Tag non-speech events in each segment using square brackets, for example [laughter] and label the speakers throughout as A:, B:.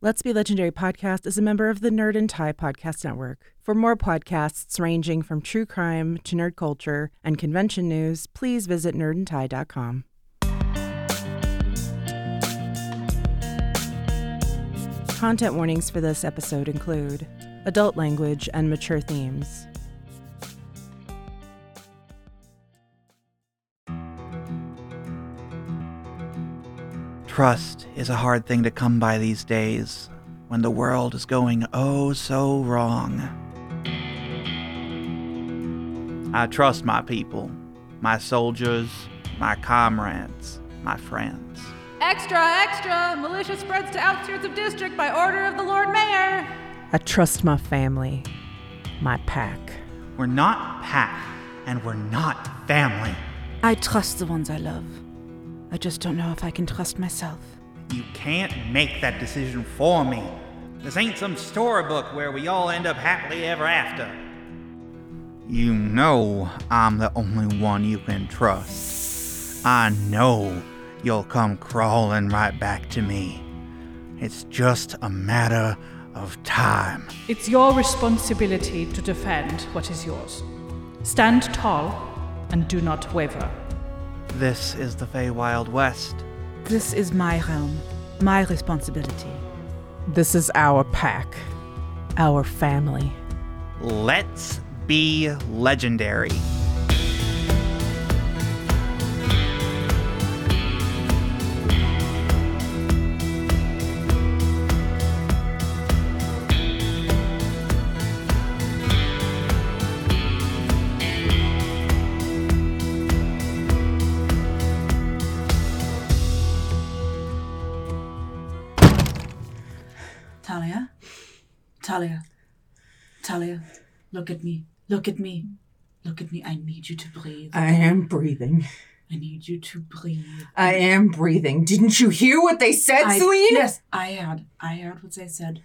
A: Let's Be Legendary podcast is a member of the Nerd and Tie Podcast Network. For more podcasts ranging from true crime to nerd culture and convention news, please visit nerdandtie.com. Content warnings for this episode include adult language and mature themes.
B: Trust is a hard thing to come by these days when the world is going oh so wrong. I trust my people, my soldiers, my comrades, my friends.
C: Extra, extra! Militia spreads to outskirts of district by order of the Lord Mayor.
A: I trust my family, my pack.
B: We're not pack and we're not family.
D: I trust the ones I love. I just don't know if I can trust myself.
B: You can't make that decision for me. This ain't some storybook where we all end up happily ever after. You know I'm the only one you can trust. I know you'll come crawling right back to me. It's just a matter of time.
E: It's your responsibility to defend what is yours. Stand tall and do not waver.
B: This is the Feywild West.
D: This is my realm, my responsibility.
A: This is our pack, our family.
B: Let's be legendary.
D: Talia? Talia? Talia? Look at me. Look at me. Look at me. I need you to breathe.
F: I am breathing.
D: I need you to breathe.
F: I am breathing. Didn't you hear what they said,
D: I-
F: Celine?
D: Yes, I heard. I heard what they said.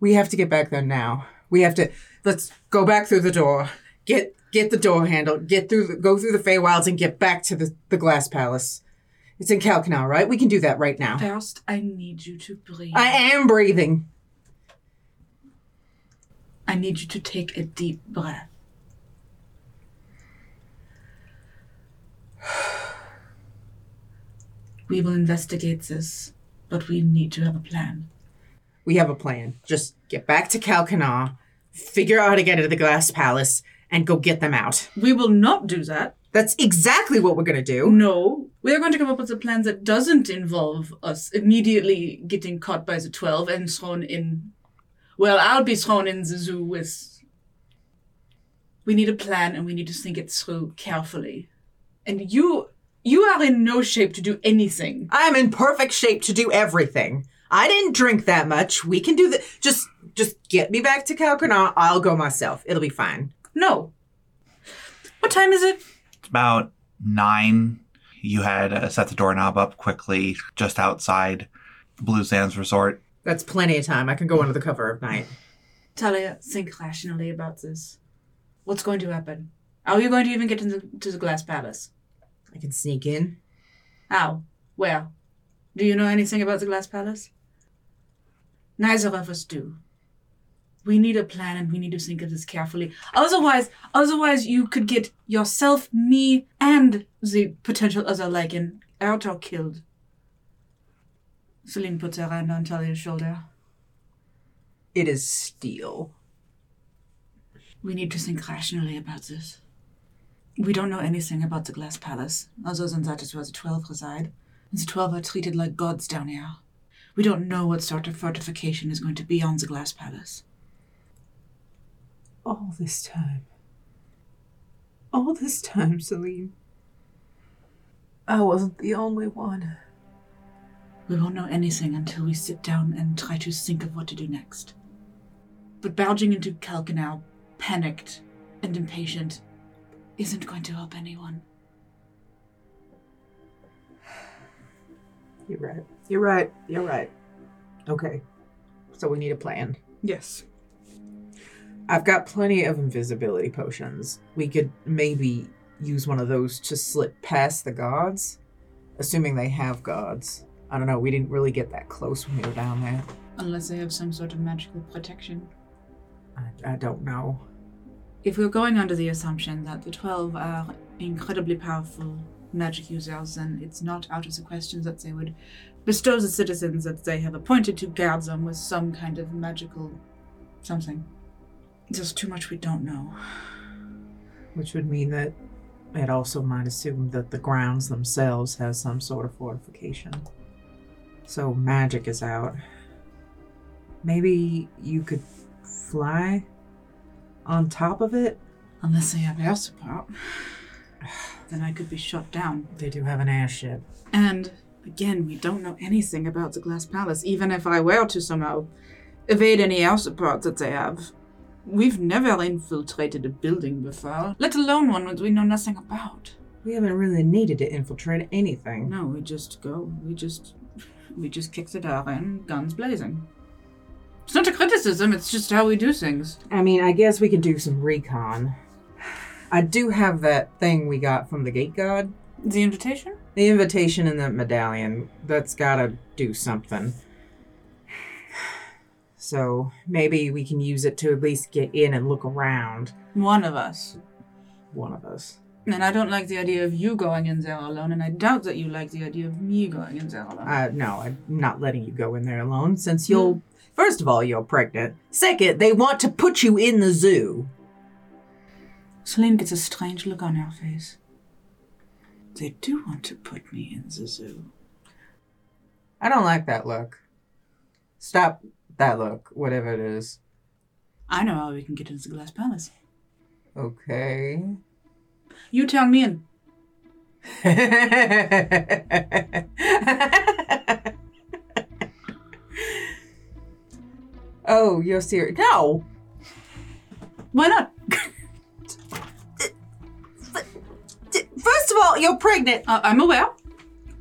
F: We have to get back there now. We have to let's go back through the door. Get get the door handle. Get through the, go through the Feywilds and get back to the, the Glass Palace. It's in Calcanal, right? We can do that right now.
D: First, I need you to breathe.
F: I am breathing.
D: I need you to take a deep breath. [sighs] We will investigate this, but we need to have a plan.
F: We have a plan. Just get back to Calcanal, figure out how to get into the Glass Palace, and go get them out.
D: We will not do that.
F: That's exactly what we're gonna do.
D: No, we are going to come up with a plan that doesn't involve us immediately getting caught by the 12 and thrown in. Well, I'll be thrown in the zoo with. We need a plan and we need to think it through carefully. And you. You are in no shape to do anything.
F: I'm in perfect shape to do everything. I didn't drink that much. We can do the just just get me back to Calcana. I'll go myself. It'll be fine.
D: No. What time is it?
B: It's about nine. You had uh, set the doorknob up quickly just outside Blue Sands Resort.
F: That's plenty of time. I can go under the cover of night.
D: Talia, think rationally about this. What's going to happen? Are you going to even get into the, to the Glass Palace?
F: I can sneak in.
D: How? Where? Do you know anything about the Glass Palace? Neither of us do. We need a plan and we need to think of this carefully. Otherwise, otherwise you could get yourself, me, and the potential other Lycan out or killed. Celine puts her hand on Talia's shoulder.
F: It is steel.
D: We need to think rationally about this. We don't know anything about the Glass Palace, other than that it's where the Twelve reside. And the Twelve are treated like gods down here. We don't know what sort of fortification is going to be on the Glass Palace.
F: All this time. All this time, Celine. I wasn't the only one.
D: We won't know anything until we sit down and try to think of what to do next. But barging into Calcanal, panicked and impatient, isn't going to help anyone.
F: You're right. You're right. You're right. Okay. So we need a plan.
D: Yes.
F: I've got plenty of invisibility potions. We could maybe use one of those to slip past the guards, assuming they have guards. I don't know. We didn't really get that close when we were down there.
D: Unless they have some sort of magical protection.
F: I, I don't know.
D: If we're going under the assumption that the 12 are incredibly powerful magic users, then it's not out of the question that they would bestow the citizens that they have appointed to guard them with some kind of magical something. There's too much we don't know.
F: Which would mean that it also might assume that the grounds themselves has some sort of fortification. So magic is out. Maybe you could fly on top of it?
D: Unless they have air support, [sighs] then I could be shot down.
F: They do have an airship.
D: And again, we don't know anything about the Glass Palace, even if I were to somehow evade any air support that they have. We've never infiltrated a building before, let alone one that we know nothing about.
F: We haven't really needed to infiltrate anything.
D: No, we just go. We just. We just kick the door in, guns blazing. It's not a criticism, it's just how we do things.
F: I mean, I guess we could do some recon. I do have that thing we got from the gate god.
D: The invitation?
F: The invitation and that medallion. That's gotta do something. [sighs] So maybe we can use it to at least get in and look around.
D: One of us.
F: One of us.
D: And I don't like the idea of you going in there alone, and I doubt that you like the idea of me going in there alone.
F: Uh, no, I'm not letting you go in there alone since you'll. First of all, you're pregnant. Second, they want to put you in the zoo.
D: Celine gets a strange look on her face. They do want to put me in the zoo.
F: I don't like that look. Stop that look, whatever it is.
D: I know how we can get into the glass palace.
F: Okay.
D: You tell me, and
F: [laughs] oh, you're serious? No,
D: why not?
F: First of all, you're pregnant.
D: Uh, I'm aware.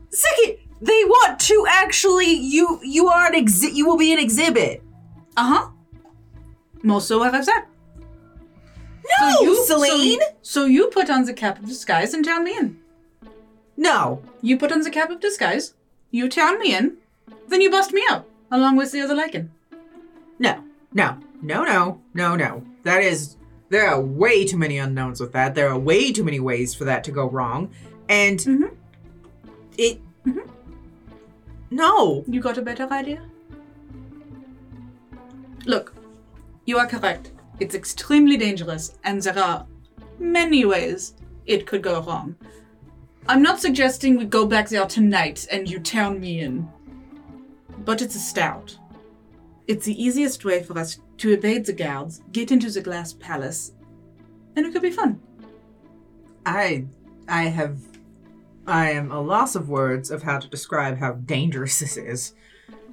F: Second, they want to actually you you are an exhi- you will be an exhibit.
D: Uh huh. I'm also aware of that.
F: No,
D: Oh,
F: Oh, Celine.
D: So, so you put on the cap of disguise and turn me in.
F: no,
D: You put on the cap of disguise. You turn me in. Then you bust me up along with the other lichen.
F: no, no, no, no, no, no. That is there are way too many unknowns with that. There are way too many ways for that to go wrong, and
D: Mhm.
F: it. No,
D: You got a better idea? Look, you are correct. It's extremely dangerous, and there are many ways it could go wrong. I'm not suggesting we go back there tonight and you turn me in. But it's a stout. It's the easiest way for us to evade the guards, get into the glass palace, and it could be fun.
F: I I have I am a loss of words of how to describe how dangerous [laughs] this is.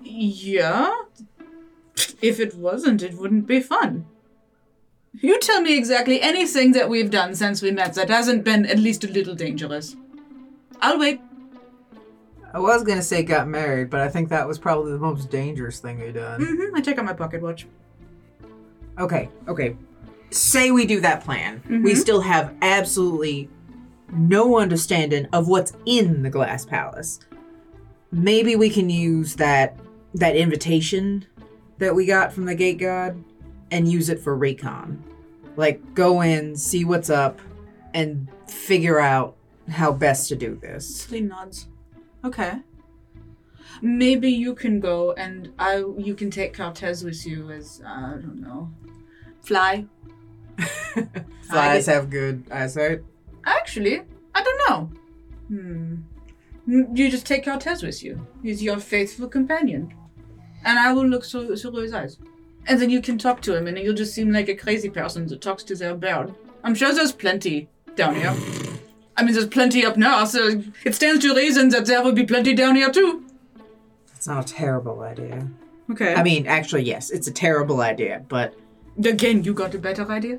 D: Yeah? If it wasn't, it wouldn't be fun. You tell me exactly anything that we've done since we met that hasn't been at least a little dangerous. I'll wait.
F: I was gonna say got married, but I think that was probably the most dangerous thing they done.
D: hmm I take out my pocket watch.
F: Okay, okay. Say we do that plan. We still have absolutely no understanding of what's in the glass palace. Maybe we can use that that invitation that we got from the gate god and use it for recon. Like go in, see what's up, and figure out how best to do this.
D: Sleep nods. Okay. Maybe you can go and I you can take Cortez with you as I don't know. Fly.
F: Flies have good eyesight.
D: Actually, I don't know. Hmm. Mm, You just take Cortez with you. He's your faithful companion. And I will look through, through his eyes. And then you can talk to him, and you'll just seem like a crazy person that talks to their bird. I'm sure there's plenty down here. I mean, there's plenty up north, so it stands to reason that there will be plenty down here, too.
F: It's not a terrible idea.
D: Okay.
F: I mean, actually, yes, it's a terrible idea, but
D: Again, you got a better idea?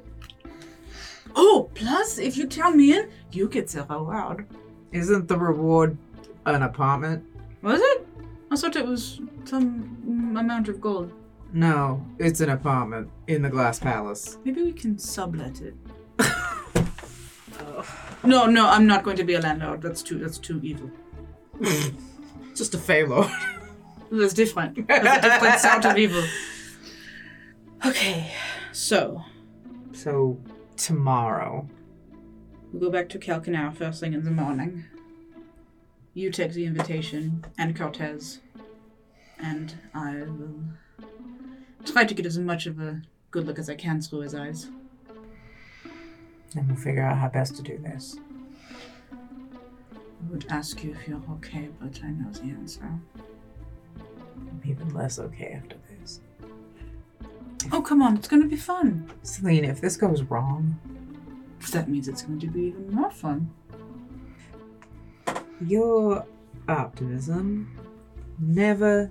D: Oh, plus, if you tell me in, you get the reward.
F: Isn't the reward an apartment?
D: Was it? I thought it was some mm, amount of gold.
F: No, it's an apartment in the Glass Palace.
D: Maybe we can sublet [laughs] it. No, no, I'm not going to be a landlord. That's too. That's too evil.
F: Just a Feylord.
D: It was different. It was a different sound of evil. [laughs] Okay, so
F: [laughs] So tomorrow.
D: we go back to Calcanau first thing in the morning. You take the invitation and Cortez, and I will try to get as much of a good look as I can through his eyes.
F: And we'll figure out how best to do this.
D: I would ask you if you're okay, but I know the answer.
F: I'm even less okay after this.
D: Oh, come on, it's gonna be fun.
F: Selena, if this goes wrong,
D: That means it's going to be even more fun.
F: your optimism never,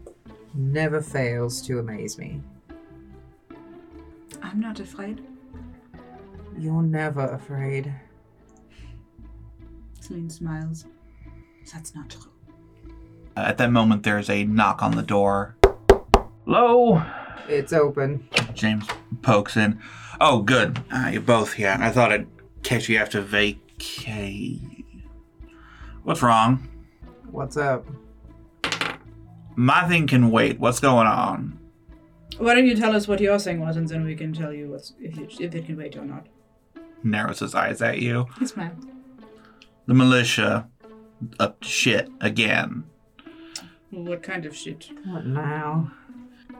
F: never fails to amaze me.
D: I'm not afraid.
F: You're never afraid.
D: Celine smiles. That's not true.
B: Uh, At that moment, there's a knock on the door. Hello?
F: It's open.
B: James pokes in. Oh, good. Uh, you're both here. I thought I'd catch you after vacay. What's wrong?
F: What's up?
B: My thing can wait. What's going on?
D: Why don't you tell us what your thing was, and then we can tell you what's, if, it, if it can wait or not.
B: Narrows his eyes at you.
D: He smiles.
B: The militia up to shit again.
D: What kind of shit?
F: What now?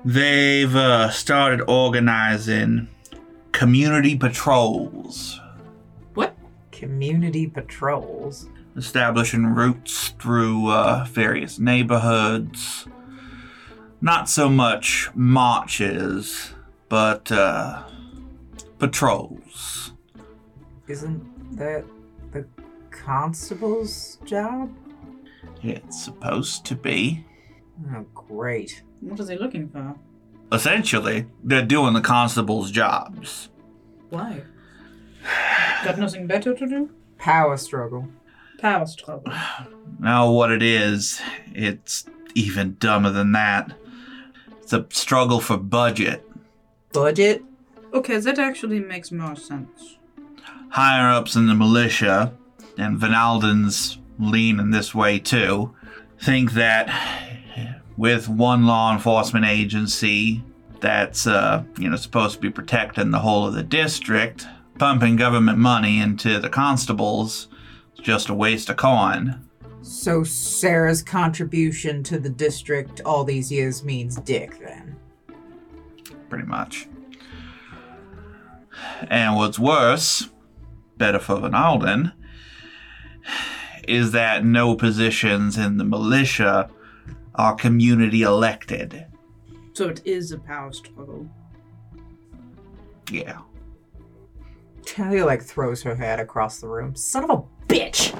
B: They've uh, started organizing community patrols,
D: What?
F: Community patrols.
B: establishing routes through uh, various neighborhoods. Not so much marches, but uh, patrols.
F: Isn't that the constable's job?
B: It's supposed to be.
F: Oh, great.
D: What are they looking for?
B: Essentially, they're doing the constables' jobs.
D: Why? Got nothing better to do?
F: Power struggle.
D: Power struggle.
B: Now, what it is, it's even dumber than that. It's a struggle for budget.
F: Budget?
D: Okay, that actually makes more sense.
B: higher ups in the militia, and Vinaldans lean in this way too, think that with one law enforcement agency that's uh, you know supposed to be protecting the whole of the district, pumping government money into the constables is just a waste of coin.
F: So Sarah's contribution to the district all these years means dick then.
B: pretty much. And what's worse, better for Van Alden, is that no positions in the militia are community elected.
D: So it is a power struggle.
B: Yeah.
F: Talia like throws her head across the room. Son of a bitch!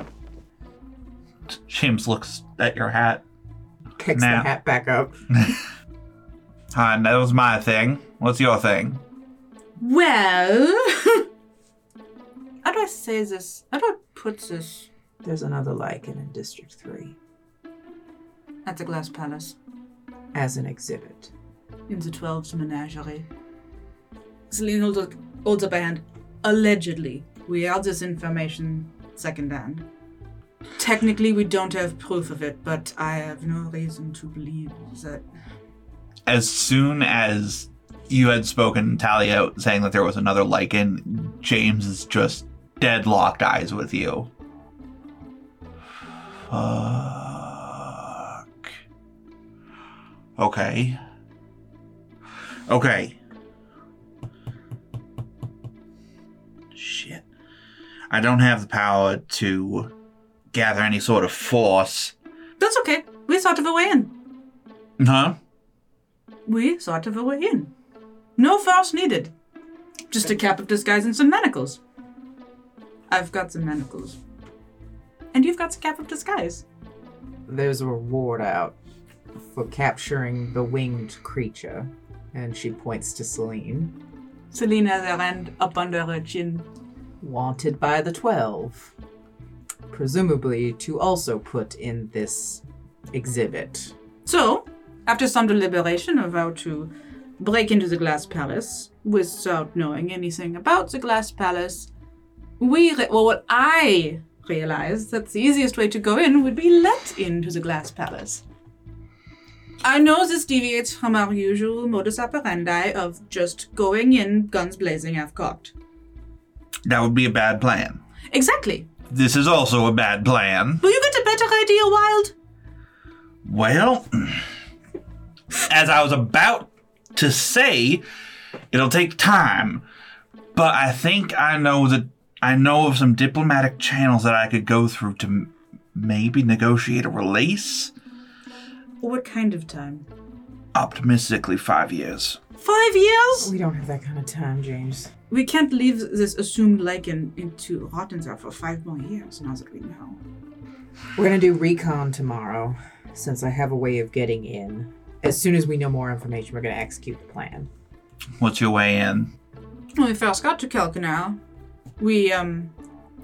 B: James looks at your hat.
F: Picks
B: Now.
F: the hat back up.
B: Hi, that was my thing. What's your thing?
D: Well, [laughs] how do I say this? How do I put this?
F: There's another Lycan in District 3
D: At the Glass Palace,
F: as an exhibit.
D: in the Twelve's Menagerie. Celine holds up, holds up a hand. Allegedly, we had this information secondhand. Technically, we don't have proof of it, but I have no reason to believe that.
B: As soon as you had spoken Talia saying that there was another Lycan, James is just deadlocked eyes with you. Fuck. Okay. Okay. Shit. I don't have the power to gather any sort of force.
D: That's okay. We thought of a way in.
B: Huh?
D: We thought of a way in. No force needed. Just a cap of disguise and some manacles. I've got some manacles. And you've got the cap of disguise.
F: There's a reward out for capturing the winged creature. And she points to Celine.
D: Selena has her hand up under her chin.
F: Wanted by the 12. Presumably to also put in this exhibit.
D: So, after some deliberation of how to break into the Glass Palace without knowing anything about the Glass Palace, we re- well, what I realized that the easiest way to go in would be let into the Glass Palace. I know this deviates from our usual modus operandi of just going in guns blazing half cocked.
B: That would be a bad plan.
D: Exactly.
B: This is also a bad plan.
D: Will you get a better idea, Wild?
B: Well, as I was about to say, it'll take time, but I think I know that I know of some diplomatic channels that I could go through to m- maybe negotiate a release.
D: What kind of time?
B: Optimistically, five years.
D: Five years?
F: We don't have that kind of time, James.
D: We can't leave this assumed lichen into Rottenzer for five more years now that we know.
F: We're gonna do recon tomorrow, since I have a way of getting in. As soon as we know more information, we're gonna execute the plan.
B: What's your way in?
D: When we first got to Kelkanau, we, um,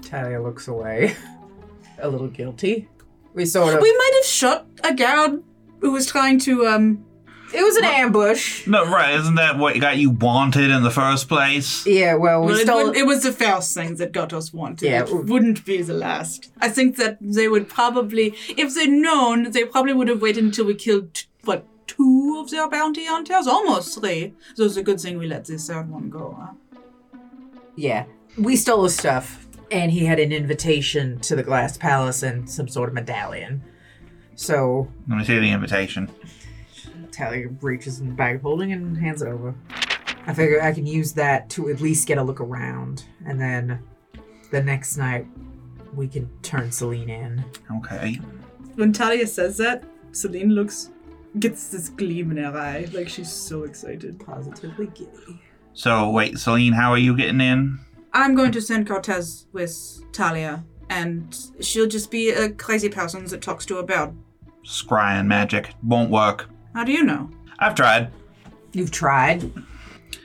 F: Talia looks away, [laughs] a little guilty. We sort of.
D: we might have shot a guard who was trying to, um,
F: it was an ambush.
B: No, right? Isn't that what got you wanted in the first place?
F: Yeah, well, we
D: Well, it,
F: stole.
D: wouldn't- it was the first thing that got us wanted.
F: Yeah,
D: it
F: w-
D: wouldn't be the last. I think that they would probably, if they'd known, they probably would have waited until we killed, t- what, two of their bounty hunters? Almost three. So it's a good thing we let this third one go, huh?
F: yeah, we stole his stuff, and he had an invitation to the Glass Palace and some sort of medallion. So
B: Let me see the invitation.
F: Talia reaches in the bag of holding and hands it over. I figure I can use that to at least get a look around, and then the next night we can turn Celine in.
B: Okay.
D: When Talia says that, Celine looks, gets this gleam in her eye. Like she's so excited.
F: Positively giddy.
B: So wait, Celine, how are you getting in?
D: I'm going to send Cortez with Talia, and she'll just be a crazy person that talks to a bird.
B: Scrying magic won't work.
D: How do you know?
B: I've tried.
F: You've tried.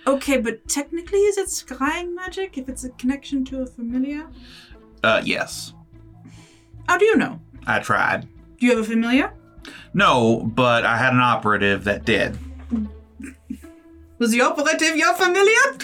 D: Okay, but technically, is it scrying magic if it's a connection to a familiar?
B: Uh, yes,
D: How do you know?
B: I tried.
D: Do you have a familiar?
B: No, but I had an operative that did.
D: Was the operative your [laughs] familiar?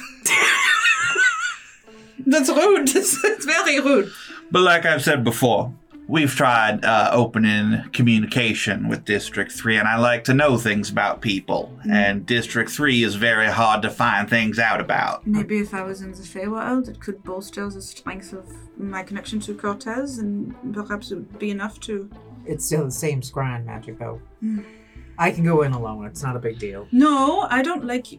D: That's rude. [laughs] It's very rude.
B: But like I've said before, we've tried uh, opening communication with District 3, and I like to know things about people.
D: Mm-hmm.
B: And District 3 is very hard to find things out about.
D: Maybe if I was in the Feywild, it could bolster the strength of my connection to Cortez, and perhaps it would be enough to.
F: It's still the same scrying magic though.
D: Hmm.
F: I can go in alone. It's not a big deal.
D: No, I don't like you.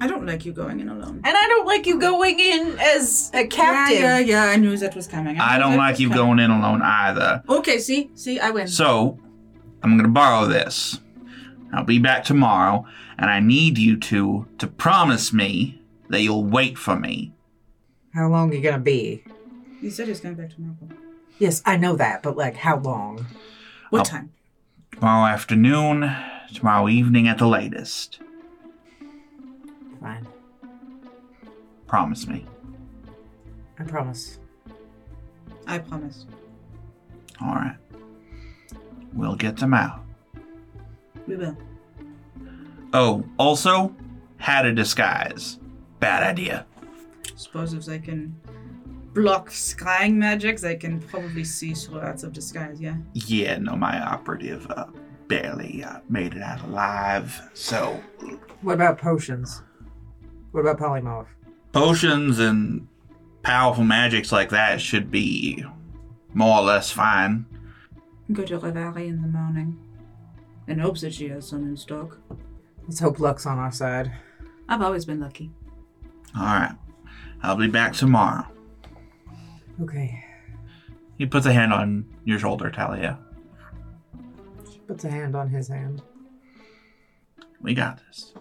D: I don't like you going in alone.
F: And I don't like you going in as a captive.
D: Yeah, yeah, yeah. I knew that was coming.
B: I
D: knew
B: don't
D: that
B: like
D: was
B: you
D: coming.
B: going in alone either.
D: Okay, see, see, I win.
B: So, I'm going to borrow this. I'll be back tomorrow, and I need you two to promise me that you'll wait for me.
F: How long are you gonna be?
D: you said he's going back to Melbourne.
F: Yes, I know that, but like, how long?
D: What
B: Oh.
D: time?
B: Tomorrow afternoon, tomorrow evening at the latest.
F: Fine.
B: Promise me.
F: I promise.
D: I promise.
B: All right. We'll get them out.
D: We will.
B: Oh, also, had a disguise. Bad idea.
D: Suppose if they can block scrying magic, they can probably see through arts of disguise, yeah?
B: Yeah, no, my operative uh, barely uh, made it out alive. So,
F: What about potions? What about polymorph?
B: potions and powerful magics like that should be more or less fine.
D: Go to Revari in the morning. And hope that she has some in stock.
F: Let's hope luck's on our side.
D: I've always been lucky.
B: All right. I'll be back tomorrow.
F: Okay.
B: He puts a hand on your shoulder, Talia.
F: She puts a hand on his hand.
B: We got this.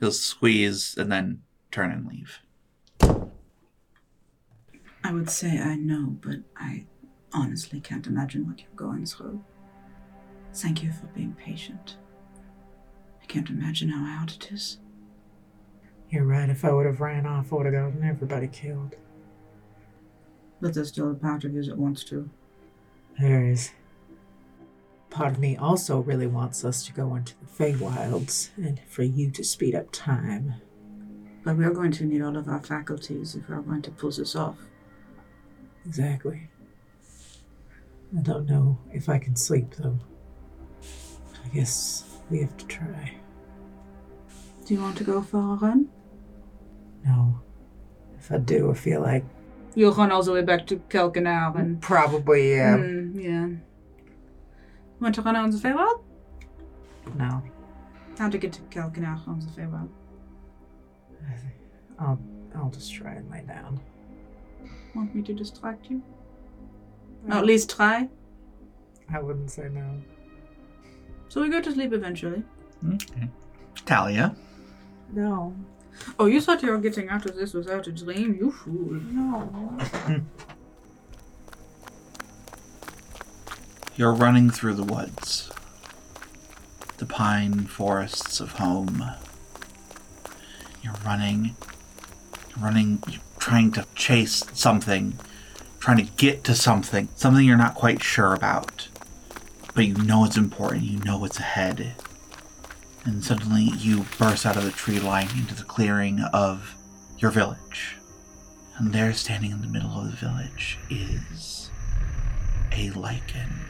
B: He'll squeeze and then turn and leave.
D: I would say I know, but I honestly can't imagine what you're going through. Thank you for being patient. I can't imagine how hard it is.
F: You're right. If I would have ran off, I would have gotten everybody killed.
D: But there's still a part of you that wants to.
F: There is. Part of me also really wants us to go into the Feywilds and for you to speed up time.
D: But we're going to need all of our faculties if we're going to pull this off.
F: Exactly. I don't know if I can sleep though. I guess We have to try.
D: Do you want to go for a run?
F: No. If I do, I feel like
D: You'll run all the way back to Kelkenau and.
F: probably uh, yeah.
D: Mm, yeah. Want to run on the farewell?
F: No.
D: How to get to Kelkenau on the farewell?
F: I'll I'll just try and lay down.
D: Want me to distract you? Or at least try.
F: I wouldn't say no.
D: So we go to sleep eventually.
B: Okay. Talia.
F: No.
D: Oh, you thought you were getting out of this without a dream, you fool.
F: No.
B: You're running through the woods, the pine forests of home. You're running, you're running, you're trying to chase something, trying to get to something, something you're not quite sure about, but you know it's important, you know it's ahead. And suddenly you burst out of the tree line into the clearing of your village. And there, standing in the middle of the village, is a lichen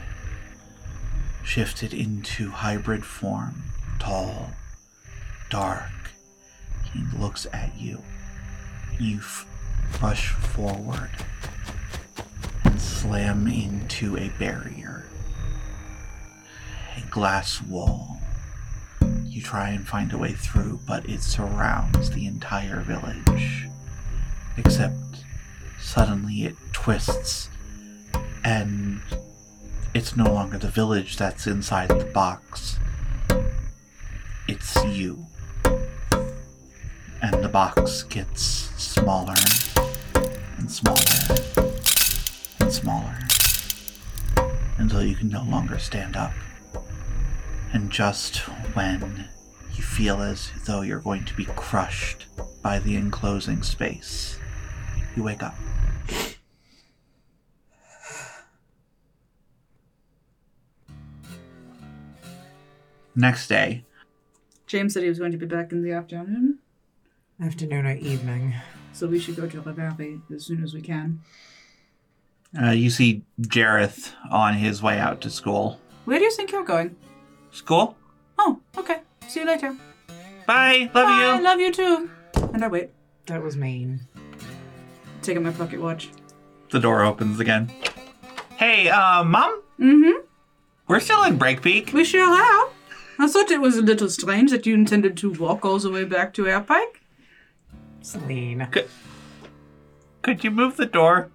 B: shifted into hybrid form, tall, dark. He looks at you. You f- rush forward and slam into a barrier, a glass wall. You try and find a way through, but it surrounds the entire village. Except suddenly it twists and it's no longer the village that's inside the box. It's you. And the box gets smaller and smaller and smaller until you can no longer stand up. And just when you feel as though you're going to be crushed by the enclosing space, you wake up. Next day,
D: James said he was going to be back in the afternoon,
F: Afternoon or evening.
D: so we should go to Riveri as soon as we can.
B: uh, you see Jareth on his way out to school.
D: Where do you think you're going?
B: School?
D: Oh, okay. See you later.
B: Bye. Love
D: Bye,
B: you.
D: love you too. And I wait,
F: That was mean.
D: taking my pocket watch.
B: the door opens again. Hey, uh, mom,
D: Mm-hmm.
B: we're still in Breakpeak.
D: We sure are. I thought it was a little strange that you intended to walk all the way back to Airpike.
F: It's lean.
B: Could you move the door?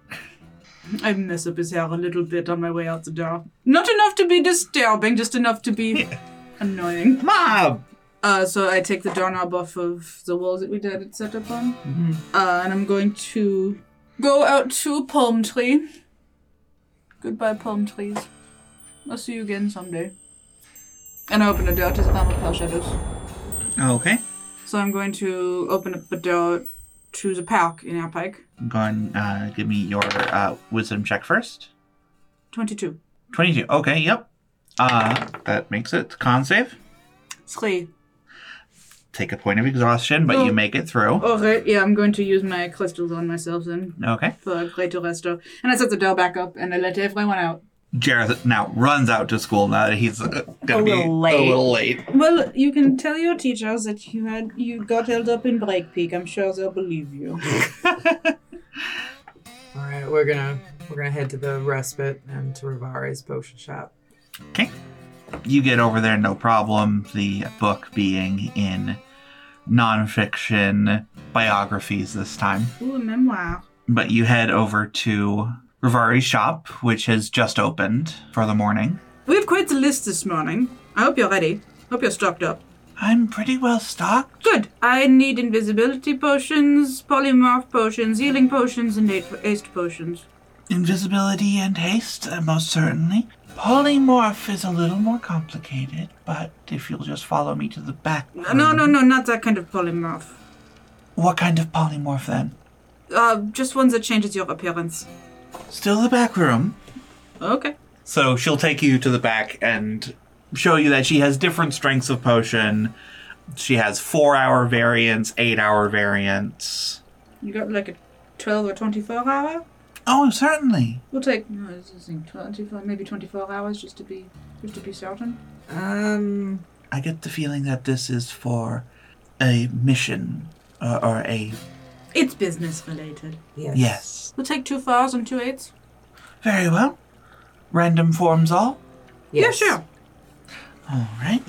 D: I mess up his hair a little bit on my way out the door. Not enough to be disturbing, just enough
B: [laughs]
D: to be annoying.
B: Mom.
D: Uh, so I take the doorknob off of the wall that we had it set up on, uh, and I'm going to go out to a palm tree. Goodbye, palm trees. I'll see you again someday. And I open the door to the palm of Pale Shadows.
B: Okay.
D: So I'm going to open up the door to the park in our pike.
B: Go and uh, give me your uh, wisdom check first.
D: 22.
B: Twenty-two. Okay. Yep. Uh, that makes it con save.
D: Three.
B: Take a point of exhaustion, but you make it through.
D: Alright, yeah, I'm going to use my crystals on myself then.
B: Okay.
D: for Greater Resto. And I set the door back up and I let everyone out.
B: Jareth now runs out to school now that he's uh, gonna
F: A
B: be
F: little
B: a
F: late.
B: little late.
D: Well, you can tell your teachers that you had you got held up in Break Peak. I'm sure they'll believe you.
F: [laughs] All right, we're gonna we're gonna head to the respite and to Rivari's potion shop.
B: Okay. You get over there no problem. The book being in nonfiction biographies this time.
D: Ooh, a memoir.
B: But you head over to Rivari's shop, which has just opened for the morning.
D: We have quite the list this morning. I hope you're ready. Hope you're stocked up.
B: I'm pretty well stocked.
D: Good. I need invisibility potions, polymorph potions, healing potions, and a- haste potions.
B: Invisibility and haste, uh, most certainly. Polymorph is a little more complicated, but if you'll just follow me to the back.
D: Uh, No, no, no, not that kind of polymorph.
B: What kind of polymorph then?
D: Uh, just one that changes your appearance.
B: Still the back room.
D: Okay.
B: So she'll take you to the back and show you that she has different strengths of potion. She has four hour variants, eight hour variants.
D: You got like a 12 or 24 hour?
B: Oh, certainly.
D: We'll take no, I was just saying twenty-four, maybe twenty-four hours, just to be, just to be certain.
F: Um,
B: I get the feeling that this is for a mission uh, or a
D: It's business related.
F: Yes.
B: yes.
D: We'll take two fours and two eights.
B: Very well. Random forms all.
F: Yes.
D: Yeah, sure.
B: All right.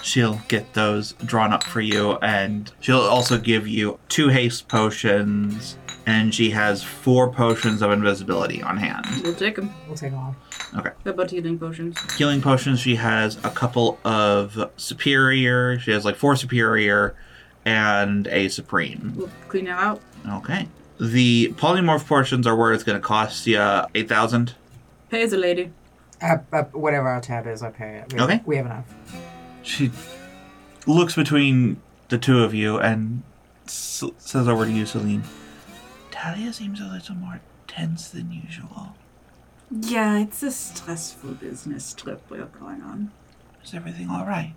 B: She'll get those drawn up for you, and she'll also give you two haste potions, and she has four potions of invisibility on hand.
D: We'll take them.
F: We'll take them all.
B: Okay.
D: How about healing potions?
B: Healing potions, she has a couple of superior. She has like four superior and a supreme.
D: We'll clean that out.
B: Okay. The polymorph portions are where it's going to cost you 8,000.
D: Pay the lady.
F: Uh, uh, whatever our tab is, I pay it. We,
B: Okay.
F: We have enough.
B: She looks between the two of you and s- says over to you, Celine. Talia seems a little more tense than usual.
D: Yeah, it's a stressful business trip we're going on.
B: Is everything all right?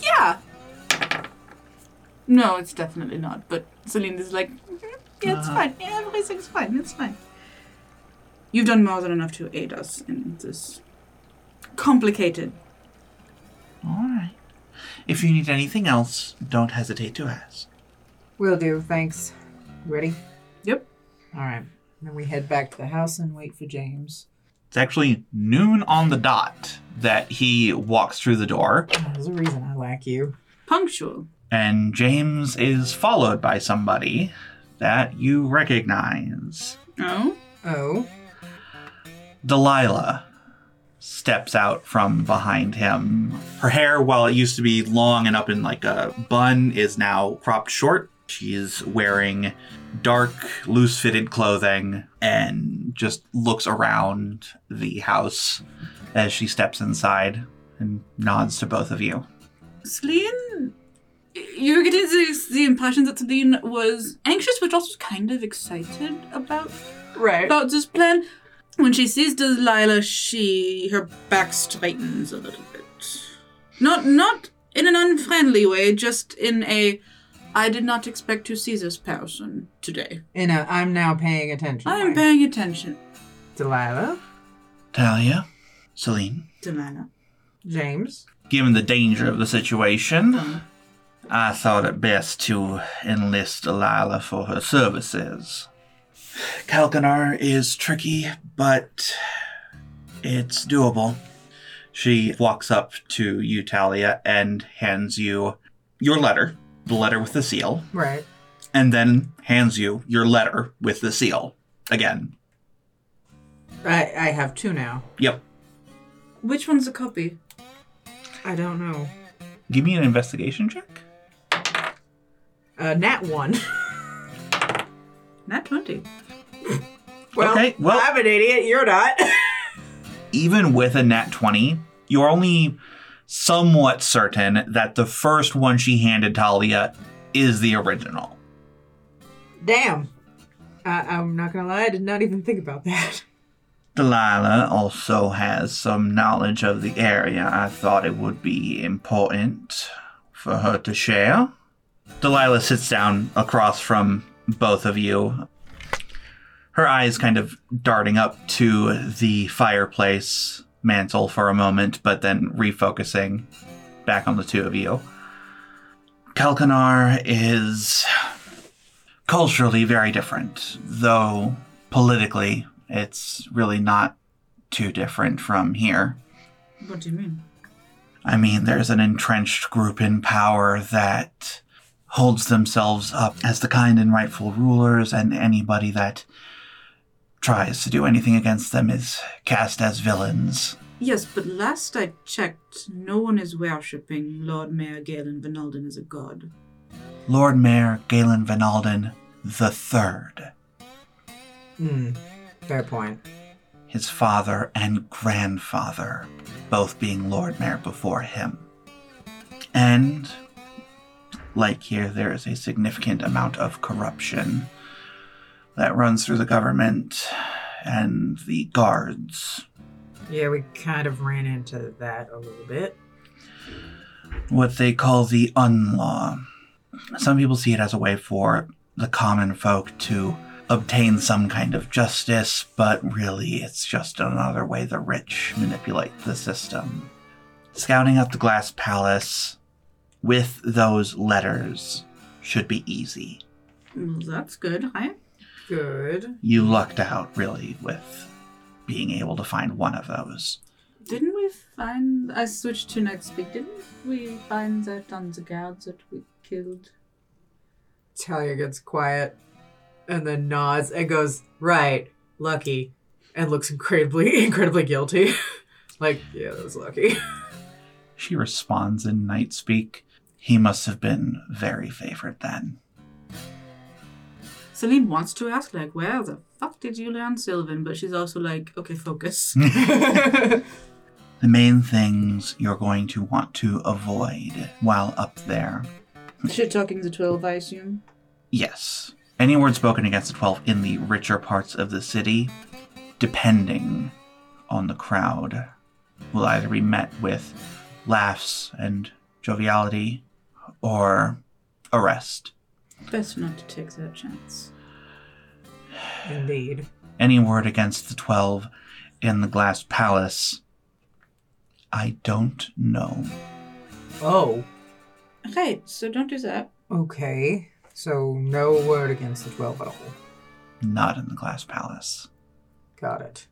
D: Yeah. No, it's definitely not. But Celine is like, "Mhm, yeah, it's fine. Yeah, everything's fine. It's fine. You've done more than enough to aid us in this complicated.
B: All right. If you need anything else, don't hesitate to ask.
F: Will do. Thanks. Ready?
D: Yep.
F: All right. Then we head back to the house and wait for James.
B: It's actually noon on the dot that he walks through the door,
F: There's a reason I like you.
D: Punctual.
B: and James is followed by somebody that you recognize.
D: Oh?
F: Oh.
B: Delilah steps out from behind him. Her hair, while it used to be long and up in like a bun, is now cropped short. She's wearing dark, loose fitted clothing and just looks around the house as she steps inside and nods to both of you.
D: Celine? You get the, the impression that Celine was anxious, but also kind of excited about
F: Right.
D: about this plan. When she sees Delilah, she her back straightens a little bit. Not not in an unfriendly way, just in a I did not expect to see this person today.
F: In a, uh, I'm now paying attention.
D: I
F: way.
D: am paying attention.
F: Delilah,
B: Talia, Celine,
D: Delilah.
F: James.
B: given the danger of the situation, I thought it best to enlist Delilah for her services. Kalkanar is tricky, but it's doable. She walks up to you, Talia, and hands you your letter, the letter with the seal,
F: Right.
B: and then hands you your letter with the seal. Again.
F: I, I have two now.
B: Yep.
D: Which one's a copy?
F: I don't know.
B: Give me an investigation check.
F: Uh, nat one. [laughs]
D: Nat twenty.
F: well,
B: Okay, well-
F: I'm an idiot. You're not. [laughs]
B: even with a nat 20, you're only somewhat certain that the first one she handed Talia is the original.
F: Damn. I, I'm not gonna lie. I did not even think about that.
B: Delilah also has some knowledge of the area. I thought it would be important for her to share. Delilah sits down across from both of you, her eyes kind of darting up to the fireplace mantle for a moment, but then refocusing back on the two of you. Kalkanar is culturally very different, though politically it's really not too different from here.
D: What do you mean?
B: I mean, there's an entrenched group in power that holds themselves up as the kind and rightful rulers, and anybody that tries to do anything against them is cast as villains.
D: Yes, but last I checked, no one is worshipping Lord Mayor Galen Vinaldin as a god.
B: Lord Mayor Galen Van Alden the Third,
F: Hmm. Fair point.
B: his father and grandfather, both being Lord Mayor before him. And, like here, there is a significant amount of corruption that runs through the government and the guards.
F: Yeah, we kind of ran into that a little bit.
B: what they call the unlaw. Some people see it as a way for the common folk to obtain some kind of justice, but really it's just another way the rich manipulate the system. Scouting out the glass palace with those letters should be easy.
D: Well, that's good, right?
F: Good.
B: You lucked out, really, with being able to find one of those.
D: Didn't we find. I switched to next speak. Didn't we find that on the guards that we killed?
F: Talia gets quiet and then nods and goes, right, lucky, and looks incredibly, [laughs] incredibly guilty. like, yeah, that was lucky. [laughs]
B: She responds in night speak. He must have been very favored then.
D: Celine wants to ask, like, where the fuck did you learn Sylvan? But she's also like, okay,
F: [laughs]
D: focus.
B: The main things you're going to want to avoid while up there.
D: Shit talking the 12, I assume.
B: Yes. Any word spoken against the 12 in the richer parts of the city, depending on the crowd, will either be met with laughs and joviality or arrest.
D: Best not to take that chance.
F: Indeed.
B: any word against the 12 in the glass palace. I don't know.
F: Oh.
D: Right, so don't do that.
F: Okay. So, no word against the 12 at all.
B: Not in the glass palace.
F: Got it.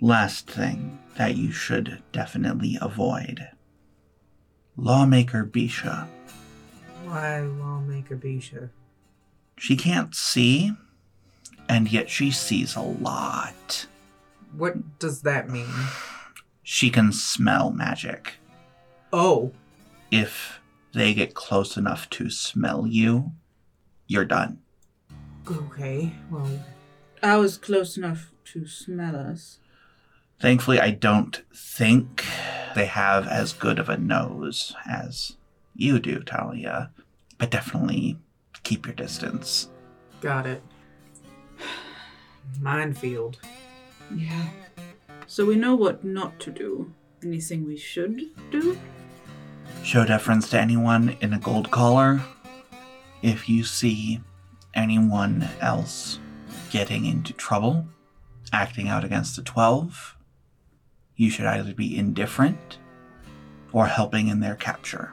B: Last thing that you should definitely avoid Lawmaker Bisha.
F: Why lawmaker Bisha?
B: She can't see, and yet she sees a lot.
F: What does that mean?
B: She can smell magic.
F: Oh.
B: If they get close enough to smell you, you're done.
F: Okay. Well,
D: I was close enough to smell us.
B: Thankfully, I don't think they have as good of a nose as you do, Talia. But definitely keep your distance.
F: got it. Minefield.
D: Yeah. So we know what not to do. Anything we should do?
B: Show deference to anyone in a gold collar. If you see anyone else getting into trouble, acting out against the 12, you should either be indifferent or helping in their capture.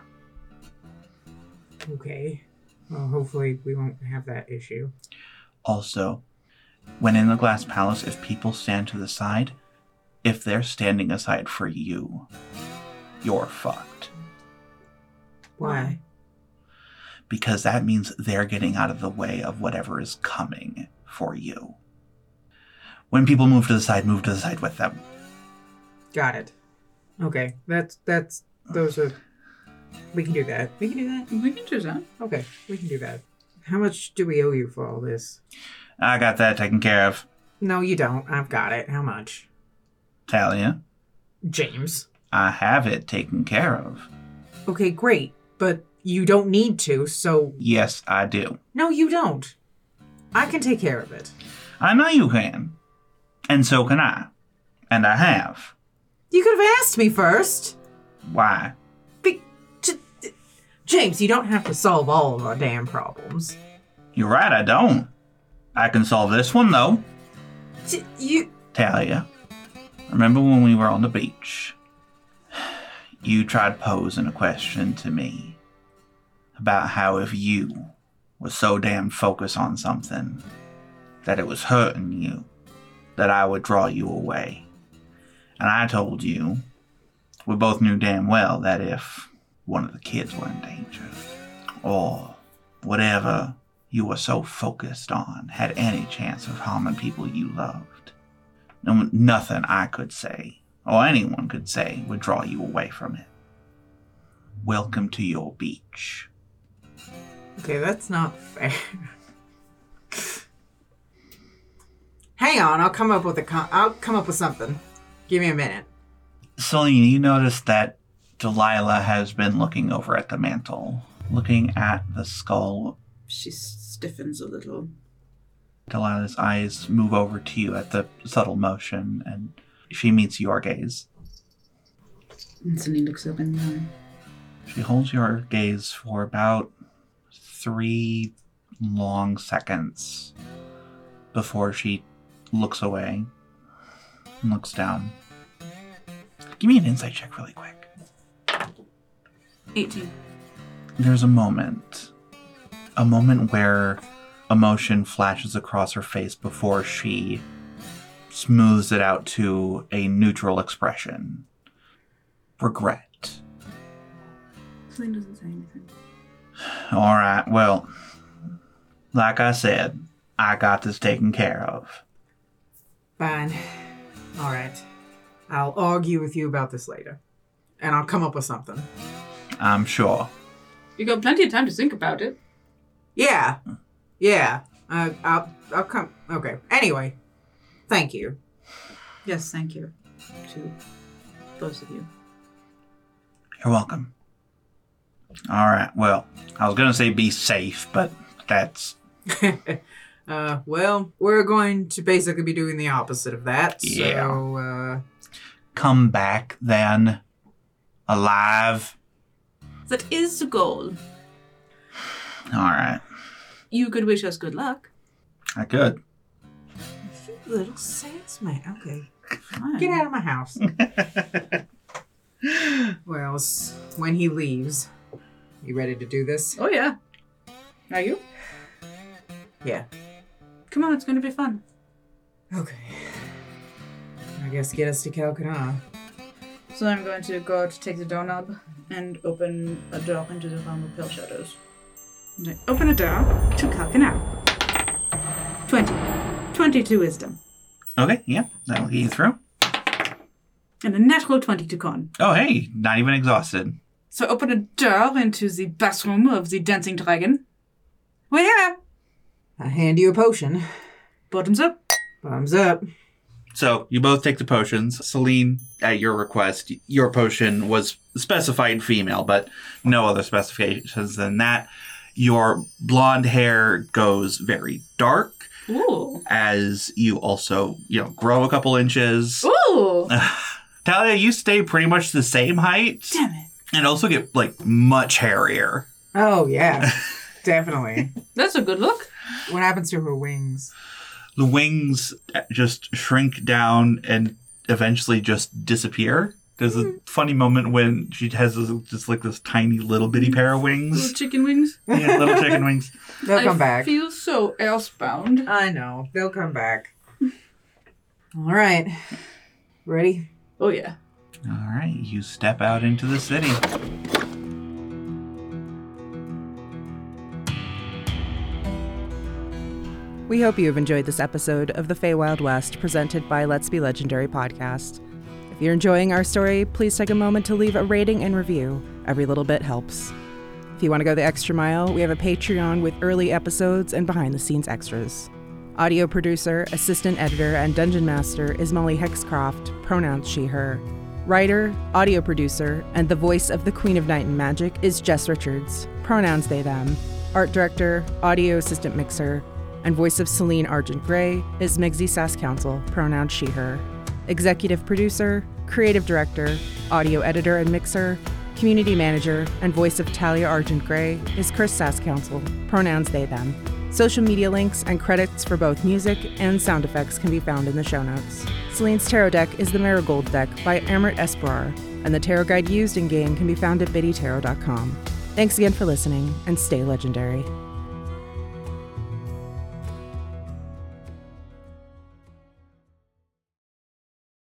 F: Okay. Well, hopefully we won't have that issue.
B: Also, when in the glass palace, if people stand to the side, if they're standing aside for you, you're fucked.
F: Why?
B: Because that means they're getting out of the way of whatever is coming for you. When people move to the side, move to the side with them.
F: Got it. Okay. That's that's those are. We can do that. We can do that.
D: We can do that.
F: Okay. We can do that. How much do we owe you for all this?
B: I got that taken care of.
F: No, you don't. I've got it. How much?
B: Talia,
F: James.
B: I have it taken care of.
F: Okay, great. But you don't need to. So
B: Yes, I do.
F: no, you don't. I can take care of it.
B: I know you can. And so can I. And I have.
F: You could have asked me first.
B: Why?
F: Be- t- t- James, you don't have to solve all of our damn problems.
B: You're right, I don't. I can solve this one though.
F: T- you
B: Talia, remember when we were on the beach? You tried posing a question to me about how if you were so damn focused on something that it was hurting you, that I would draw you away. And I told you, we both knew damn well that if one of the kids were in danger, or whatever you were so focused on had any chance of harming people you loved, no, nothing I could say, or anyone could say, would draw you away from it. Welcome to your beach.
F: Okay, that's not fair. Hang on, I'll come up with a con- I'll come up with something. Give me a minute.
B: Celine, you notice that Delilah has been looking over at the mantle, looking at the skull.
D: She stiffens a little.
B: Delilah's eyes move over to you at the subtle motion, and she meets your gaze.
D: And Celine looks up and down.
B: She holds your gaze for about three long seconds before she looks away and looks down. Give me an insight check really quick.
D: 18.
B: there's a moment a moment where emotion flashes across her face before she smooths it out to a neutral expression regret
D: Flynn doesn't say anything.
B: all right well like i said i got this taken care of
F: Fine. All right. I'll argue with you about this later. And I'll come up with something.
B: i'm sure
D: You got plenty of time to think about it.
F: Yeah. Yeah. Uh, I'll, I'll come. Okay. Anyway, thank you. [laughs]
D: Yes, thank you to both of you.
B: you're welcome all right well i was gonna say be safe but that's
F: Uh, well, we're going to basically be doing the opposite of that. So,
B: Yeah.
F: uh,
B: come back then alive
D: That is the goal.
B: All right.
D: You could wish us good luck.
B: I could.
F: little saints, man. Okay.
D: Fine.
F: Get out of my house. well, s- when he leaves, you ready to do this?
D: Oh, yeah. Are you?
F: Yeah.
D: Come on, it's going to be fun.
F: Okay. I guess get us to Calcutta.
D: So I'm going to go out to take the doorknob and open a door into the realm of pale shadows. And I open a door to Kalkanau. 20. 20 to wisdom.
B: Okay, yeah, that'll get you through.
D: And a natural 20 to con.
B: Oh, hey, not even exhausted.
D: So I open a door into the bathroom of the dancing dragon. Well, yeah.
F: I hand you a potion.
D: Bottoms up.
F: Thumbs up.
B: So you both take the potions. Celine, at your request, your potion was specified female, but no other specifications than that. Your blonde hair goes very dark
D: Ooh.
B: as you also, you know, grow a couple inches.
D: Ooh.
B: Talia, you stay pretty much the same height
D: Damn it.
B: and also get like much hairier.
F: Oh, yeah. Definitely.
D: That's a good look.
F: What happens to her wings?
B: the wings just shrink down and eventually just disappear. There's a funny moment when she has this, just like this tiny little bitty pair of
D: Little [laughs]
B: wings,
D: chicken wings.
B: yeah, little chicken wings.
F: They'll come
D: I
F: back.
D: feel so housebound.
F: I know. They'll come back. All right. Ready?
D: Oh, yeah.
B: All right, you step out into the city.
A: We hope you've enjoyed this episode of the Feywild West presented by Let's Be Legendary podcast. If you're enjoying our story, please take a moment to leave a rating and review. Every little bit helps. If you want to go the extra mile, we have a Patreon with early episodes and behind the scenes extras. Audio producer, assistant editor, and dungeon master is Molly Hexcroft, pronouns she, her. Writer, audio producer, and the voice of the Queen of Night and Magic is Jess Richards, pronouns they, them. Art director, audio assistant mixer, and voice of Celine Argent Gray is Migsy Sass Council, pronouns she, her. Executive producer, creative director, audio editor and mixer, community manager, and voice of Talia Argent Gray is Chris Sass Council, pronouns they, them. Social media links and credits for both music and sound effects can be found in the show notes. Celine's tarot deck is the Marigold deck by Amrit Esperar, and the tarot guide used in game can be found at biddytarot.com. Thanks again for listening, and stay legendary.